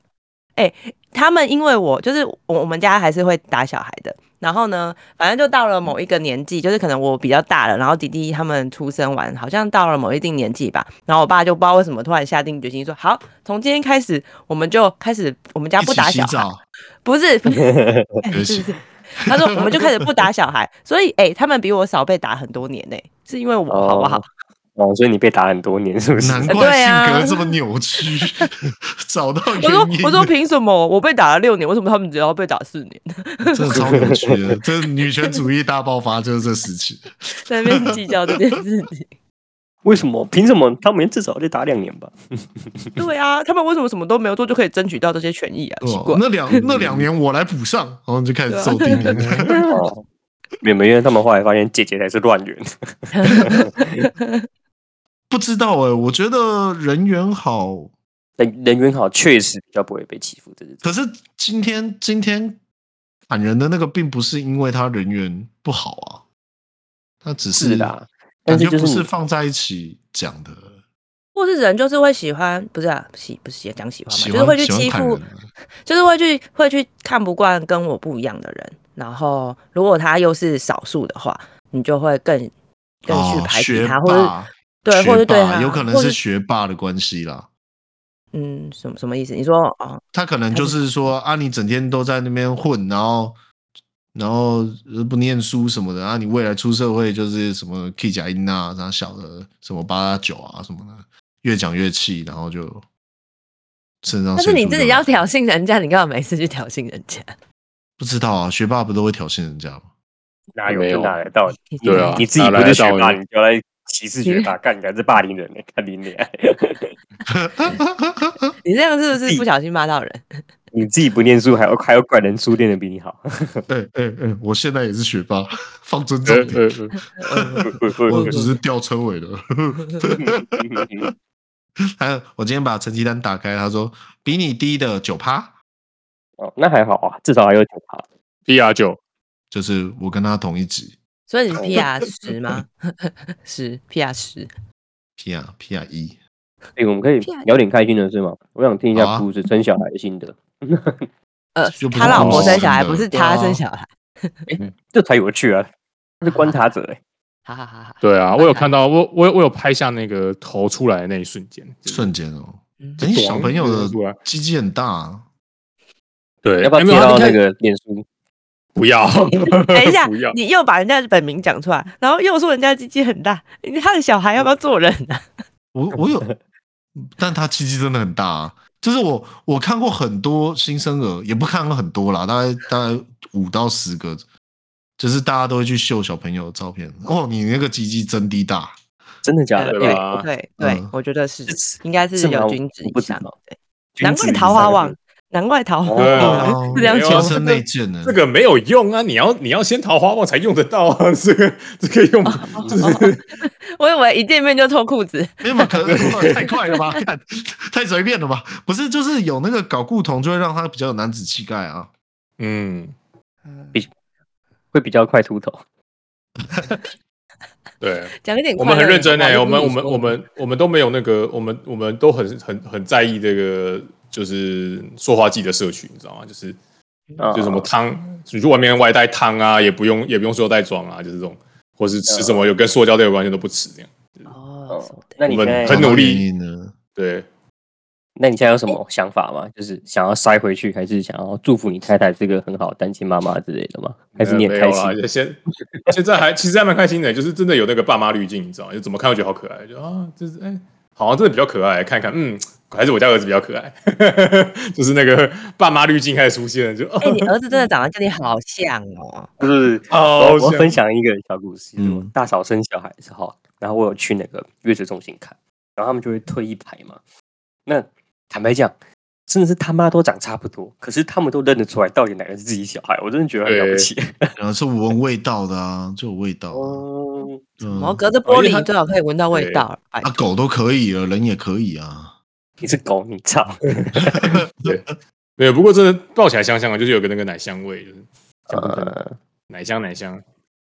C: 哎、他们因为我就是我我们家还是会打小孩的，然后呢，反正就到了某一个年纪，就是可能我比较大了，然后弟弟他们出生完，好像到了某一定年纪吧，然后我爸就不知道为什么突然下定决心说，好，从今天开始我们就开始我们家
D: 一
C: 不
D: 起
C: 打
D: 洗
C: 小孩，
D: 澡，
C: 不 是，不是哎
D: 对不起
C: 是，他说我们就开始不打小孩，所以哎、欸他们比我少被打很多年呢、是因为我好不好？
A: 哦，所以你被打很多年是不是？
D: 难
C: 对
D: 怪
C: 啊
D: 性格这么 扭曲， 找到
C: 我
D: 原
C: 说
D: 因。
C: 我说凭什么我被打了六年，为什么他们只要被打四年？
D: 真的超扭曲的，这女权主义大爆发就是这时期。
C: 在那边计较这件事 情。
A: 为什么？凭什么？他们至少得打两年 吧？
C: 对啊，他们为什么什么都没有做就可以争取到这些权益啊？ 奇
D: 哦
C: 怪，啊
D: 那 两那两年我来补上，然后就开始揍弟弟。
A: 哦，没没，因为他们后来发现姐姐才是乱源。
D: 不知道哎、我觉得人缘好，
A: 人人缘好，确实比较不会被欺负，这是真
D: 可是今天今天砍人的那个，并不是因为他人缘不好啊，他只
A: 是
D: 是
A: 啦。但是
D: 感觉
A: 就
D: 不是
A: 是
D: 放在一起讲的。
C: 或是人就是会喜欢，不是啊，喜不是也讲喜欢嘛，
D: 喜
C: 啊就是
D: 欢
C: 会去
D: 喜欢
C: 欺
D: 砍人
C: 负
D: 啊，
C: 就是会去会去看不惯跟我不一样的人。然后如果他又是少数的话，你就会更更去
D: 哦
C: 排挤
D: 学
C: 他，或者
D: 霸
C: 对，
D: 学
C: 或者对
D: 霸
C: 他，
D: 有可能
C: 或
D: 是
C: 者
D: 学霸的关系啦。
C: 嗯，什么什么意思？你说哦，
D: 他可能
C: 他
D: 就
C: 就是
D: 说啊，你整天都在那边混，然后然后呃不念书什么的啊，你未来出社会就是什么 K 甲音啊，然后小的什么八九啊什么的，越讲越气，然后就身上
C: 但
D: 腺素就。
C: 是你自己要挑衅人家，你干嘛没事去挑衅人家？
D: 不知道啊，学霸不都会挑衅人家 吗？
A: 哪有
B: 没有
A: 哪来到？
C: 你
B: 对啊
A: 你自己
B: 哪
A: 不
B: 来
A: 是
B: 得
A: 学
B: 到
A: 霸，
B: 呢
A: 你就来歧视学霸，干你还是霸凌人 呢？看你脸，
C: 你这样是不是不小心骂到人？
A: 你自己不念书，还要还要怪人书念的比你好，
D: 对，嗯嗯，我现在也是学霸， 放尊
B: 呃
D: 重点，
B: 呃呃
A: 不不不
D: 哎我
A: 不
D: 只是吊车尾的。 他我今天把成绩单打开，他说比你低的九趴，
A: 哦，那还好啊，至少还有九趴。
B: ，PR 九
D: 就是我跟他同一级
C: 所以
A: 哦
C: 你是 PR 十吗？ 十 PR 十，
D: ，P R P R 一。
A: 哎，我们可以聊点开心的事吗？我想听一
D: 好啊
A: 下布是生小孩的心得，
C: 呃
D: 就，不是
C: 他老婆
D: 公司
C: 生小孩，
D: 的
C: 不是
D: 对
C: 他
D: 啊
C: 生小孩。
A: 这才有趣啊！他是观察者哎，
C: 好好好好，
B: 对啊，我有看到，我我有我有拍下那个头出来的那一瞬间，就是
D: 瞬间哦，
C: 嗯
D: 等小朋友
B: 就出来
D: 的鸡鸡很大啊，
B: 对，
A: 要不要
B: 哎
A: 贴
B: 没有他
A: 到那
B: 一开
A: 个脸书？
B: 不要，
C: 等一下
B: 不要，
C: 你又把人家的本名讲出来，然后又说人家鸡鸡很大，你他的小孩要不要做人啊？
D: 我 我有，但他鸡鸡真的很大、啊。就是我我看过很多新生儿，也不看过很多啦，大概大概五到十个，就是大家都会去秀小朋友的照片。哦，你那个鸡鸡真滴大，
A: 真的假的？
B: 对
A: 哎
B: 吧啊
C: 对对
D: 嗯，
C: 我觉得是
A: 是，
C: 应该
A: 是
C: 是
A: 吗
C: 有
A: 我
C: 均值
A: 我不
C: 以
A: 知
C: 上。
A: 道
C: 对，
A: 君
C: 难
A: 子
C: 怪
A: 以
C: 桃
A: 上
C: 花
A: 是
C: 网，难怪桃花
B: 对啊
C: 网
D: 哦
C: 是这样
B: 没有
C: 讲
B: 啊
D: 天
C: 吗
D: 生内 建的。
B: 这个没有用啊！你要你要先桃花旺才用得到啊！这个这个用
E: 哦
B: 不就是
C: 我以为一见面就脱裤子，
D: 没有嘛可能太快了吧？ 看太随便了吧？不是，就是有那个睾固酮，就会让他比较有男子气概啊。
B: 嗯，
A: 会比较快秃头。
B: 对，
C: 讲一点
B: 我
C: 快
B: 们
C: 乐的话。
B: 很认真哎、
E: 快乐
B: 我们
E: 我跟你说
B: 我们我们我们都没有那个，我们我们都很很很在意这个，就是塑化剂的摄取，你知道吗？就是
A: 啊
B: 就什么汤，你去外面外带汤啊，也不用也不用塑料袋装啊，就是这种，或是吃什么有跟塑胶袋有关系都不吃这样。
C: 哦，
A: 哦
C: so that-
A: 那你
B: 啊我
A: 现
B: 们
A: 在
B: 很努力
D: 呢。
B: 对，
A: 那你现在有什么想法吗？就是想要塞回去，还是想要祝福你太太是个很好的单亲妈妈之类的吗？还是你
B: 没
A: 很
B: 有
A: 开
B: 啦
A: 心？
B: 现现在还其 实还蛮开心的，就是真的有那个爸妈滤镜，你知道吗？就怎么看都觉得好可爱，就啊，就是哎、好像真的比较可爱，看一看，嗯，还是我家儿子比较可爱， 就是那个爸妈滤镜开始出现了，就哦
C: 哎，你儿子真的长得跟你好像哦。
A: 不是，
B: 好
A: 我我
B: 像
A: 分享一个小故事，就是我
D: 嗯
A: 大嫂生小孩之后，然后我有去那个月子中心看，然后他们就会退一排嘛。那坦白讲，真的是他妈都长差不多，可是他们都认得出来到底哪个是自己小孩，我真的觉得很了不起。
D: 然呃后是闻味道的啊，就有味道啊。
A: 哦，
D: 嗯
C: 然后隔着玻
B: 因为他
C: 璃最好可以闻到味
B: 对
C: 道了。拜
D: 啊，
C: 托
D: 狗都可以了，人也可以啊。
A: 你是狗，你操！
B: 对，不过真的抱起来香香的，就是有个那个奶香味，就是香喷喷的
A: 呃，
B: 奶香奶香。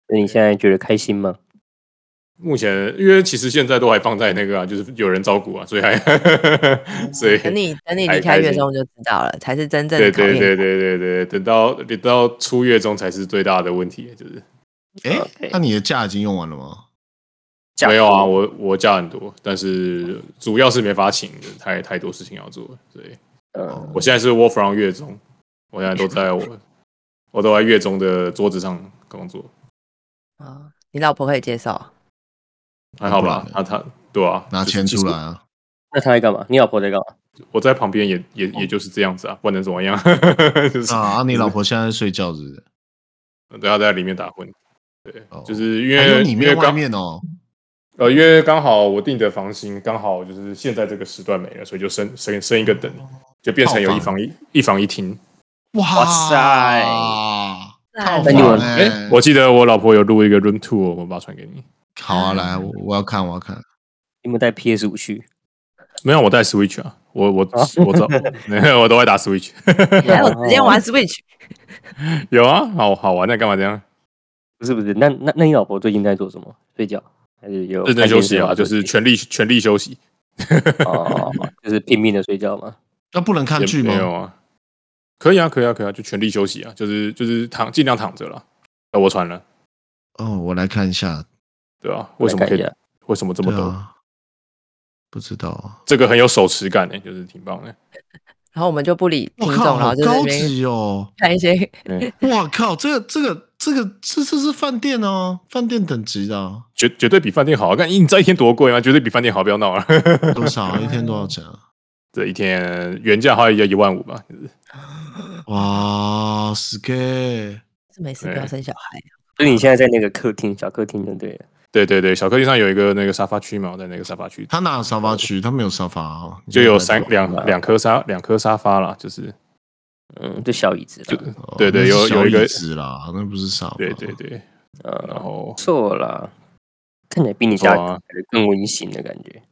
A: 那你现在觉得开心吗？
B: 目前因为其实现在都还放在那个啊，就是有人照顾啊，所以 还所
A: 哦
B: 以
C: 等你等你
B: 还
C: 离开
B: 开
C: 月
B: 心
C: 中就知道了，才是真正
B: 对
C: 的考
B: 对对
C: 验。
B: 对对对，等到等到出月中才是最大的问题，就是
D: 哎
A: OK，
D: 那你的假已经用完了吗？
A: 假如
B: 没有啊，我我假很多，但是主要是没法请，太太多事情要做了，所以
A: 呃，
B: 我现在是 work from 月中，我现在都在我 我都在月中的桌子上工作，
C: 啊，你老婆可以接受。
B: 还好吧
D: 不？
B: 他他对啊，
D: 拿
B: 就是
D: 钱
B: 就是
D: 出来啊！
A: 那他在干嘛？你老婆在干嘛？
B: 我在旁边也也也就是这样子啊，不能怎么样， 就是
D: 哦啊，啊你老婆现在在睡觉是不是？
B: 都要在里面打混。对，
D: 哦
B: 就是因
D: 还有
B: 为
D: 里
B: 因为
D: 面外
B: 刚
D: 面哦，
B: 呃，因为刚好我订的房型刚好就是现在这个时段没了，所以就升升升一个等，就变成有一
D: 套
B: 房一一房一厅。
D: 哇
A: 哇塞
D: 套
C: 那
A: 你
D: 房
A: 们
B: 哎、
D: 哎，
B: 我记得我老婆有录一个 room tour，我把它传给你。
D: 好啊，来，
B: 嗯
D: 我我要看，我要看。
A: 你们带 PS 五去？
B: 没有，我带 Switch 啊，我我、
A: 啊
B: 我找我都会打 Switch。
C: 还有直接 玩 Switch，
B: 有啊，好好玩，那干嘛这样？
A: 不是不是，那那那你老婆最近在做什么？睡觉还是有
B: 认真
A: 看
B: 休
A: 电视
B: 息啊，
A: 吗
B: 就是全力全力休息。
A: 哦，就是拼命的睡觉嘛。
D: 那不能看
B: 也
D: 剧
B: 没有
D: 吗？
B: 啊，可以啊，可以啊，可以啊，就全力休息啊，就是就是躺尽量躺着了。呃我传了，
D: 哦，我来看一下。
B: 对啊，为什么
A: 来
B: 可
A: 看一
B: 以
A: 下？
B: 为什么这么
D: 对
B: 多？
D: 啊，不知道啊。
B: 这个很有手持感诶、欸就是挺棒的。
C: 然后我们就不理听
D: 我
C: 众，
D: 靠，
C: 然
D: 好
C: 后就在那
D: 高
C: 边
D: 级哦！
C: 看一些。
B: 嗯
D: 我靠，这个这个这个这这是饭店哦，饭店等级的啊
B: 绝绝对比饭店好。看你知道一天多贵吗？绝对比饭店好，不要闹了。
D: 多少啊？一天多少钱啊？
B: 这一天原价好像要一万五吧，就是
D: 哇，死 gay！
C: 是没事，不要
B: 对
C: 生小孩。
A: 所以你现在在那个客厅小客厅就对了。
B: 对对对，小客厅上有一个那个沙发区嘛，我在那个沙发区
D: 他哪有沙发区？他没有沙发啊，
B: 就有三两
A: 吧
B: 两颗沙两颗沙发啦，就是
A: 嗯，就小椅子啦。
D: 哦
B: 对对
D: 那是
B: 有
D: 小
B: 有一个
D: 椅子啦，那不是沙发。
B: 对对对，然
A: 嗯，
B: 后
A: 错啦，看起来比你家
B: 不错啊
A: 更温馨的感觉。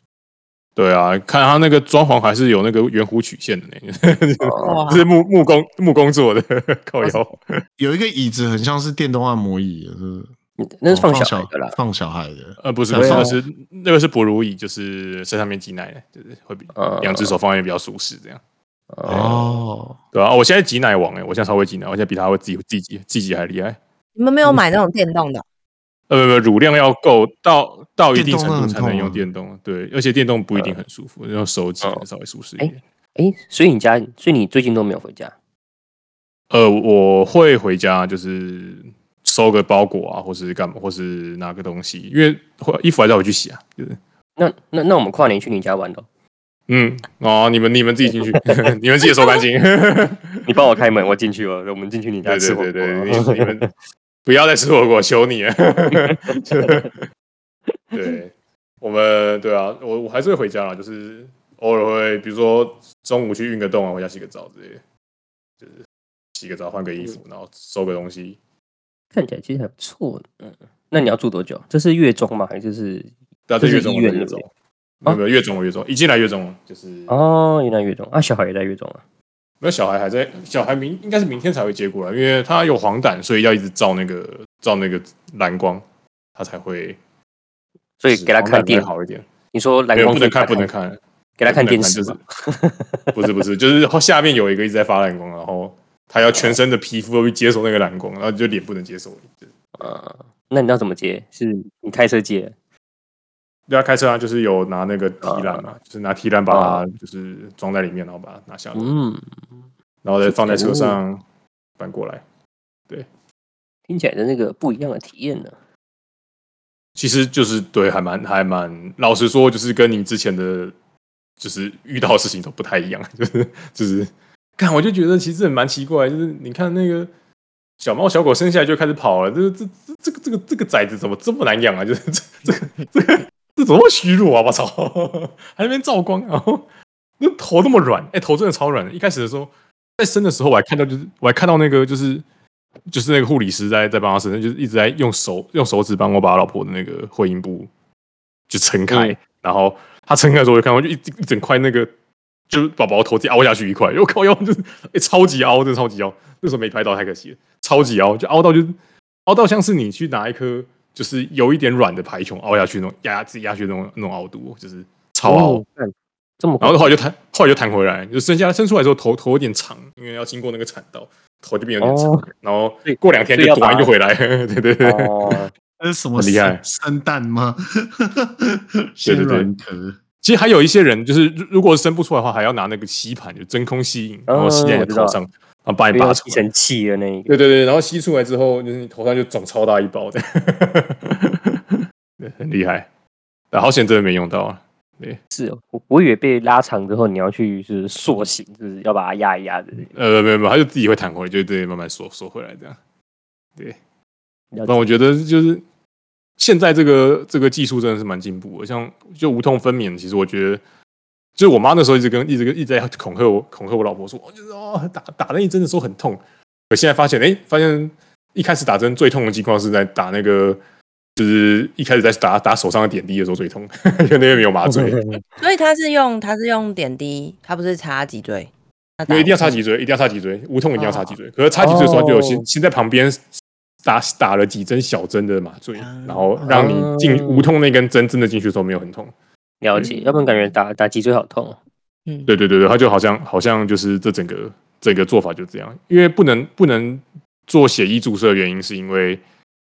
B: 对啊，看他那个装潢还是有那个圆弧曲线的呢，
A: 哦
C: 哇
B: 是木木工木工做的，靠腰。
D: 有一个椅子很像是电动按摩椅，是不是
A: 那
D: 哦
A: 是放
D: 小
A: 小孩的啦。
D: 放小孩的。
B: 呃，不是，
D: 对啊
B: 不是那个是那个是哺乳椅，就是身上面挤奶的，就是会比
A: 呃
B: 两只手放在那边比较舒适，这样。
D: 哦，
B: 对啊，哦我现在挤奶王哎、我现在超会挤奶，我现在比他会自己自己挤自己挤还厉害。
C: 你们没有
B: 嗯
C: 买那种电动的？
B: 呃，不不，乳量要够到到一定程度才能用
D: 电
B: 电动，啊对，而且电动不一定很舒服，用手挤
A: 哦
B: 稍微舒适一点。
A: 哎，所以你家，所以你最近都没有回家？
B: 呃，我会回家就是收个包裹啊，或是干嘛，或是拿个东西，因为会衣服还是要回去洗啊。就是
A: 那那那我们跨年去你家玩 咯。
B: 嗯，哦，你们你们自己进去， 你们自己收干净。
A: 你帮我开门，我进去了，我们进去你家
B: 对
A: 吃
B: 对对
A: 火锅。啊哦
B: 对，你你们不要再吃火锅，求你了。 对，我们对啊，我我还是会回家啦，就是偶尔会，比如说中午去运个动啊，回家洗个澡之类的，就是洗个澡、换个衣服，然后收个东西。
A: 看起来其实还不错。嗯，那你要住多久？这是月中吗？还是是？
B: 对啊，
A: 这
B: 这
A: 是
B: 月中
A: 医
B: 了，这
A: 院
B: 月
A: 对不
B: 中
A: 对
B: 了，没有没有月中了，月中了一进来月中了就是
A: 哦，原来月中啊，小孩也在月中啊。
B: 没有小孩还在，小孩明应该是明天才会接过来，因为他有黄疸，所以要一直照那个照那个蓝光，他才会
A: 所以给他
B: 黄疸才会
A: 看电，
B: 好一点。
A: 你说蓝
B: 没有
A: 光
B: 不能看，不能，看，
A: 给他看
B: 不能
A: 电视
B: 就
A: 嘛。
B: 是不是不是，就是哦下面有一个一直在发蓝光，然后他要全身的皮肤都去接受那个蓝光，然后就脸不能接受。就是
A: 呃，那你要怎么接？是你开车接？
B: 对啊，开车啊，就是有拿那个提篮嘛，就是拿提篮把它就是装在里面，然后把它拿下来，
A: 嗯，
B: 然后再放在车上搬过来。
A: 听起来的那个不一样的体验呢。
B: 其实就是对，还蛮还蛮，老实说，就是跟你之前的，就是遇到的事情都不太一样， 就是就是，看我就觉得其实很蛮奇怪，就是你看那个小猫小狗生下来就开始跑了，这这这这个这个这个崽子怎么这么难养啊？就是 这这个这个这怎么会虚弱啊？我操， 还在那边照光，然后那头那么软，哎、头真的超软的。一开始的时候，在生的时候我还看到，就是我还看到那个就是就是那个护理师在在帮他生，就是一直在用手用手指帮我把老婆的那个会阴部就撑开，
A: 嗯
B: 然后他撑开的时候，我就看到就一一整块那个。就是宝宝头直接凹下去一块，我靠腰就是、哎超级凹，真的超级凹。那时候没拍到，太可惜了，超级凹，就凹到就是凹到像是你去拿一颗就是有一点软的排球凹下去那种压自己压下去那种那种凹度，就是超凹。
A: 哦，看这么
B: 然后后来就弹，后来就弹回来，就生下生出来之后头头有点长，因为要经过那个产道，头就变有点长。
A: 哦
B: 然后过两天
A: 所以
B: 就
A: 要把
B: 短就回来，对对对，
A: 哦，
D: 那是什么
B: 很厉害
D: 生生蛋吗？ 先
B: 对对
D: 软壳，
B: 其实还有一些人，就是如如果生不出来的话，还要拿那个吸盘，就真空吸引，然后吸在你的
A: 哦我知道
B: 头上，然后把你
A: 不要
B: 拔出
A: 吸
B: 来。
A: 尘器的那一个。
B: 对对对，然后吸出来之后，就是你头上就肿超大一包的， 对很厉害。但好险真的没用到啊！
A: 是哦，我我以为被拉长之后你要去就是塑形，就是要把它压一压的。
B: 呃，没有没有，它就自己会弹回来，就自己慢慢缩缩回来这样。
A: 了解
B: 但我觉得就是现在这个这个技术真的是蛮进步的，像就无痛分娩，其实我觉得，就是我妈那时候一直跟一直跟一直在恐吓我恐吓我老婆说，哦就是哦打打那一针的时候很痛，可现在发现哎、诶发现一开始打针最痛的情况是在打那个。就是一开始在打打手上的点滴的时候最痛， 因为那边没有麻 醉，
C: 所以他是用他是用点滴，他不是插脊椎，他
B: 因
C: 打
B: 为一定要插脊椎，一定要插脊椎，无痛一定要插脊椎。可是插脊椎的时候，它就有先先在旁边打打了几针小针的麻醉，
D: 啊
B: 然后让你进
A: 哦
B: 无痛那根针真的进去的时候没有很痛。
A: 了解，
B: 嗯
A: 要不然感觉打打脊椎好痛哦。
C: 嗯，
B: 对对对对，他就好像好像就是这整个整个做法就这样，因为不能不能做血液注射的原因是因为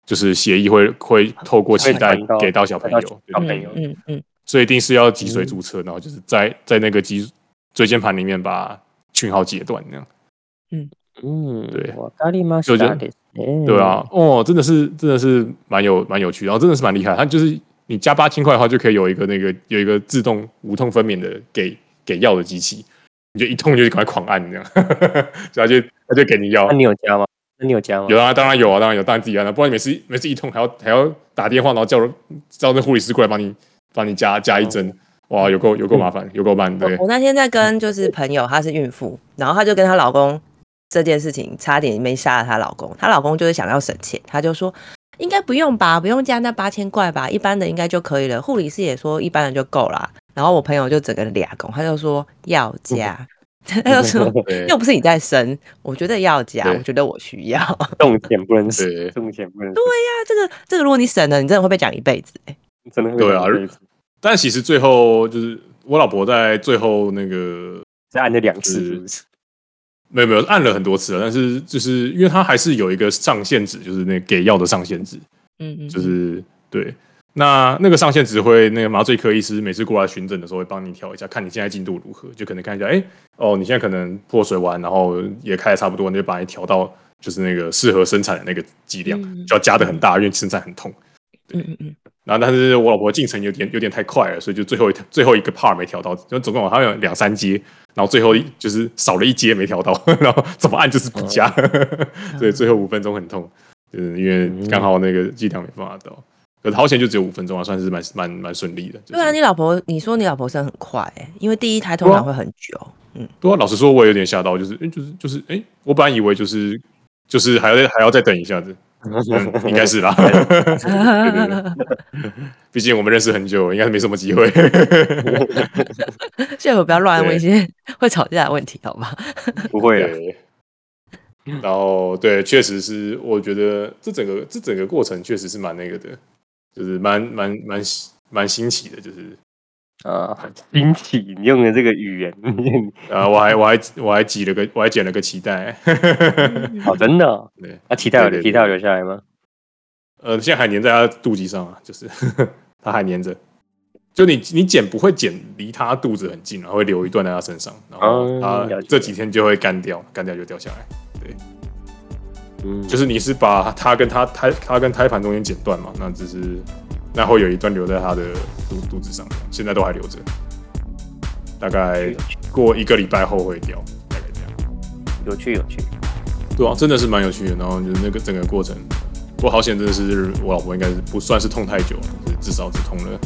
B: 就是血液会会透过
A: 会
B: 脐带
A: 传到
B: 给到小朋
A: 传
B: 友
A: 到，
B: 对
A: 小
B: 对
A: 朋
B: 对
A: 友
C: 嗯嗯嗯，
B: 所以一定是要脊髓注册，然后就是在在那个脊椎间盘里面把讯号截断那样。
A: 嗯，
B: 对
A: 哇，咖喱吗？
B: 就觉得对
A: 对
B: 啊，，哦，真的是真的是蛮有蛮有趣，然后真的是蛮厉害。它就是你加八千块的话，就可以有一个那个有一个自动无痛分娩的给给药的机器，你就一痛就赶快狂按这样， 所以它就它就给你药
A: 哎那。你有加吗？那你有加吗？
B: 有啊，当然有啊，当然有，当然自己按了，不然你每次每次一痛还要还要打电话，然后叫叫那护理师过来帮你帮你加加一针，哇，有够有够麻烦，有够慢，对
C: 哦我。我那天在跟就是朋友，她是孕妇，然后她就跟她老公这件事情差点没杀了她老公，她老公就是想要省钱，她就说。应该不用吧，不用加那八千块吧，一般的应该就可以了。护理师也说一般的就够啦。然后我朋友就整个俩拱，他就说要加， 他 就说
B: 对
C: 又不是你在生，我觉得要加，
B: 对
C: 我觉得我需要。 啊，
A: 动钱不能
B: 对
A: 省，动钱不能省，
C: 这个这个，如果你省了，你真的会被讲一辈子、欸。
A: 真的会
B: 对啊
A: 浪费钱
B: 但其实最后就是我老婆在最后那个
A: 再按了两次
B: 是
A: 是不是，
B: 没有没有按了很多次了，但是就是因为它还是有一个上限值，就是那个给药的上限值，
C: 嗯嗯，
B: 就是对。那那个上限值会，那个麻醉科医师每次过来巡诊的时候会帮你调一下，看你现在进度如何，就可能看一下，哎、哦，你现在可能破水完，然后也开的差不多，你就把你调到就是那个适合生产的那个剂量，
C: 嗯
B: 就要加的很大，因为生产很痛。
C: 嗯嗯嗯，
B: 然后，但是我老婆进程有点有点太快了，所以就最后一最后一个 part 没调到，就总共好像有两三阶，然后最后一就是少了一阶没调到，然后怎么按就是不加， 所以最后五分钟很痛，就是因为刚好那个剂量没办法到。可是好险就只有五分钟啊，算是蛮蛮蛮顺利的。就是
C: 对啊，你老婆，你说你老婆生很快、欸，因为第一胎通常会很久。
B: 对啊，老实说我也有点吓到，就是哎、诶就是就是哎、诶我本来以为就是就是还要再还要再等一下子，嗯、应该是啦，对对对毕竟我们认识很久，应该是没什么机会。
C: 所以我不要乱问
B: 对
C: 一些 会吵架的问题，好吧？
A: 不会啊，
B: 对。然后对，确实是，我觉得这整个这整个过程确实是蛮那个的，就是蛮蛮蛮蛮新奇的，就是
A: 啊，引起你用的这个语言，
B: 啊，我还我还我还挤了个我还剪了个脐带，
A: 好，真的哦。
B: 对，
A: 那脐带
B: 对对
A: 有
B: 对
A: 脐带有留下来吗？
B: 呃，现在还粘在他肚脐上啊，就是 他还粘着。就你你剪不会剪离他肚子很近，然后会留一段在他身上，然后
A: 哦
B: 他
A: 了解
B: 这几天就会干掉，干掉就掉下来。
A: 嗯，
B: 就是你是把它跟它胎，它跟胎盘中间剪断嘛，那只是那会有一段留在它的肚肚子上，现在都还留着，大概过一个礼拜后会掉，大概这样。
A: 有趣有趣。
B: 对啊，真的是蛮有趣的。然后就是那个整个过程，不过好险，真的是我老婆应该是不算是痛太久，就是至少只痛了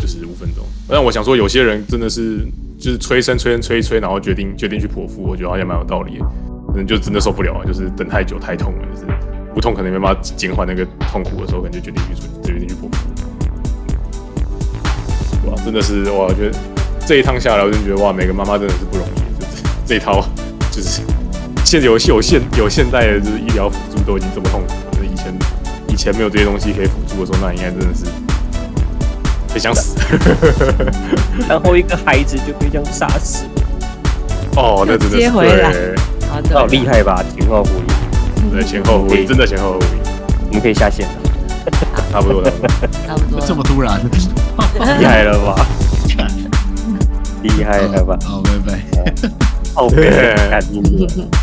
B: 就是五分钟。但我想说，有些人真的是就是催生催生催一催，然后决定决定去剖腹，我觉得好像蛮有道理的。可能就真的受不了啊，就是等太久太痛了，就是不痛可能没办法减缓那个痛苦的时候，可能就决定去催决定去剖腹。哇，真的是哇，我觉得这一趟下来，我真的觉得哇，每个妈妈真的是不容易，就是这一套就是。现有有现有现代的就是医疗辅助都已经这么痛苦了，就是以前以前没有这些东西可以辅助的时候，那应该真的是很想死。
A: 然后一个孩子就被这样杀死，
B: 哦，那真的是
C: 接回来嗯
B: 对
C: 好
A: 那好
C: 的，
A: 哦厉害吧？前后呼应，
B: 对，前后无疑，真的前后无疑，
A: 我们可以下线了，
B: 差不多差不多，
C: 差不多了。
D: 这么突然，
B: 厉害了吧？
A: 厉害了吧？
D: 好，拜拜。
A: 哦，
B: 对
A: 感你娘。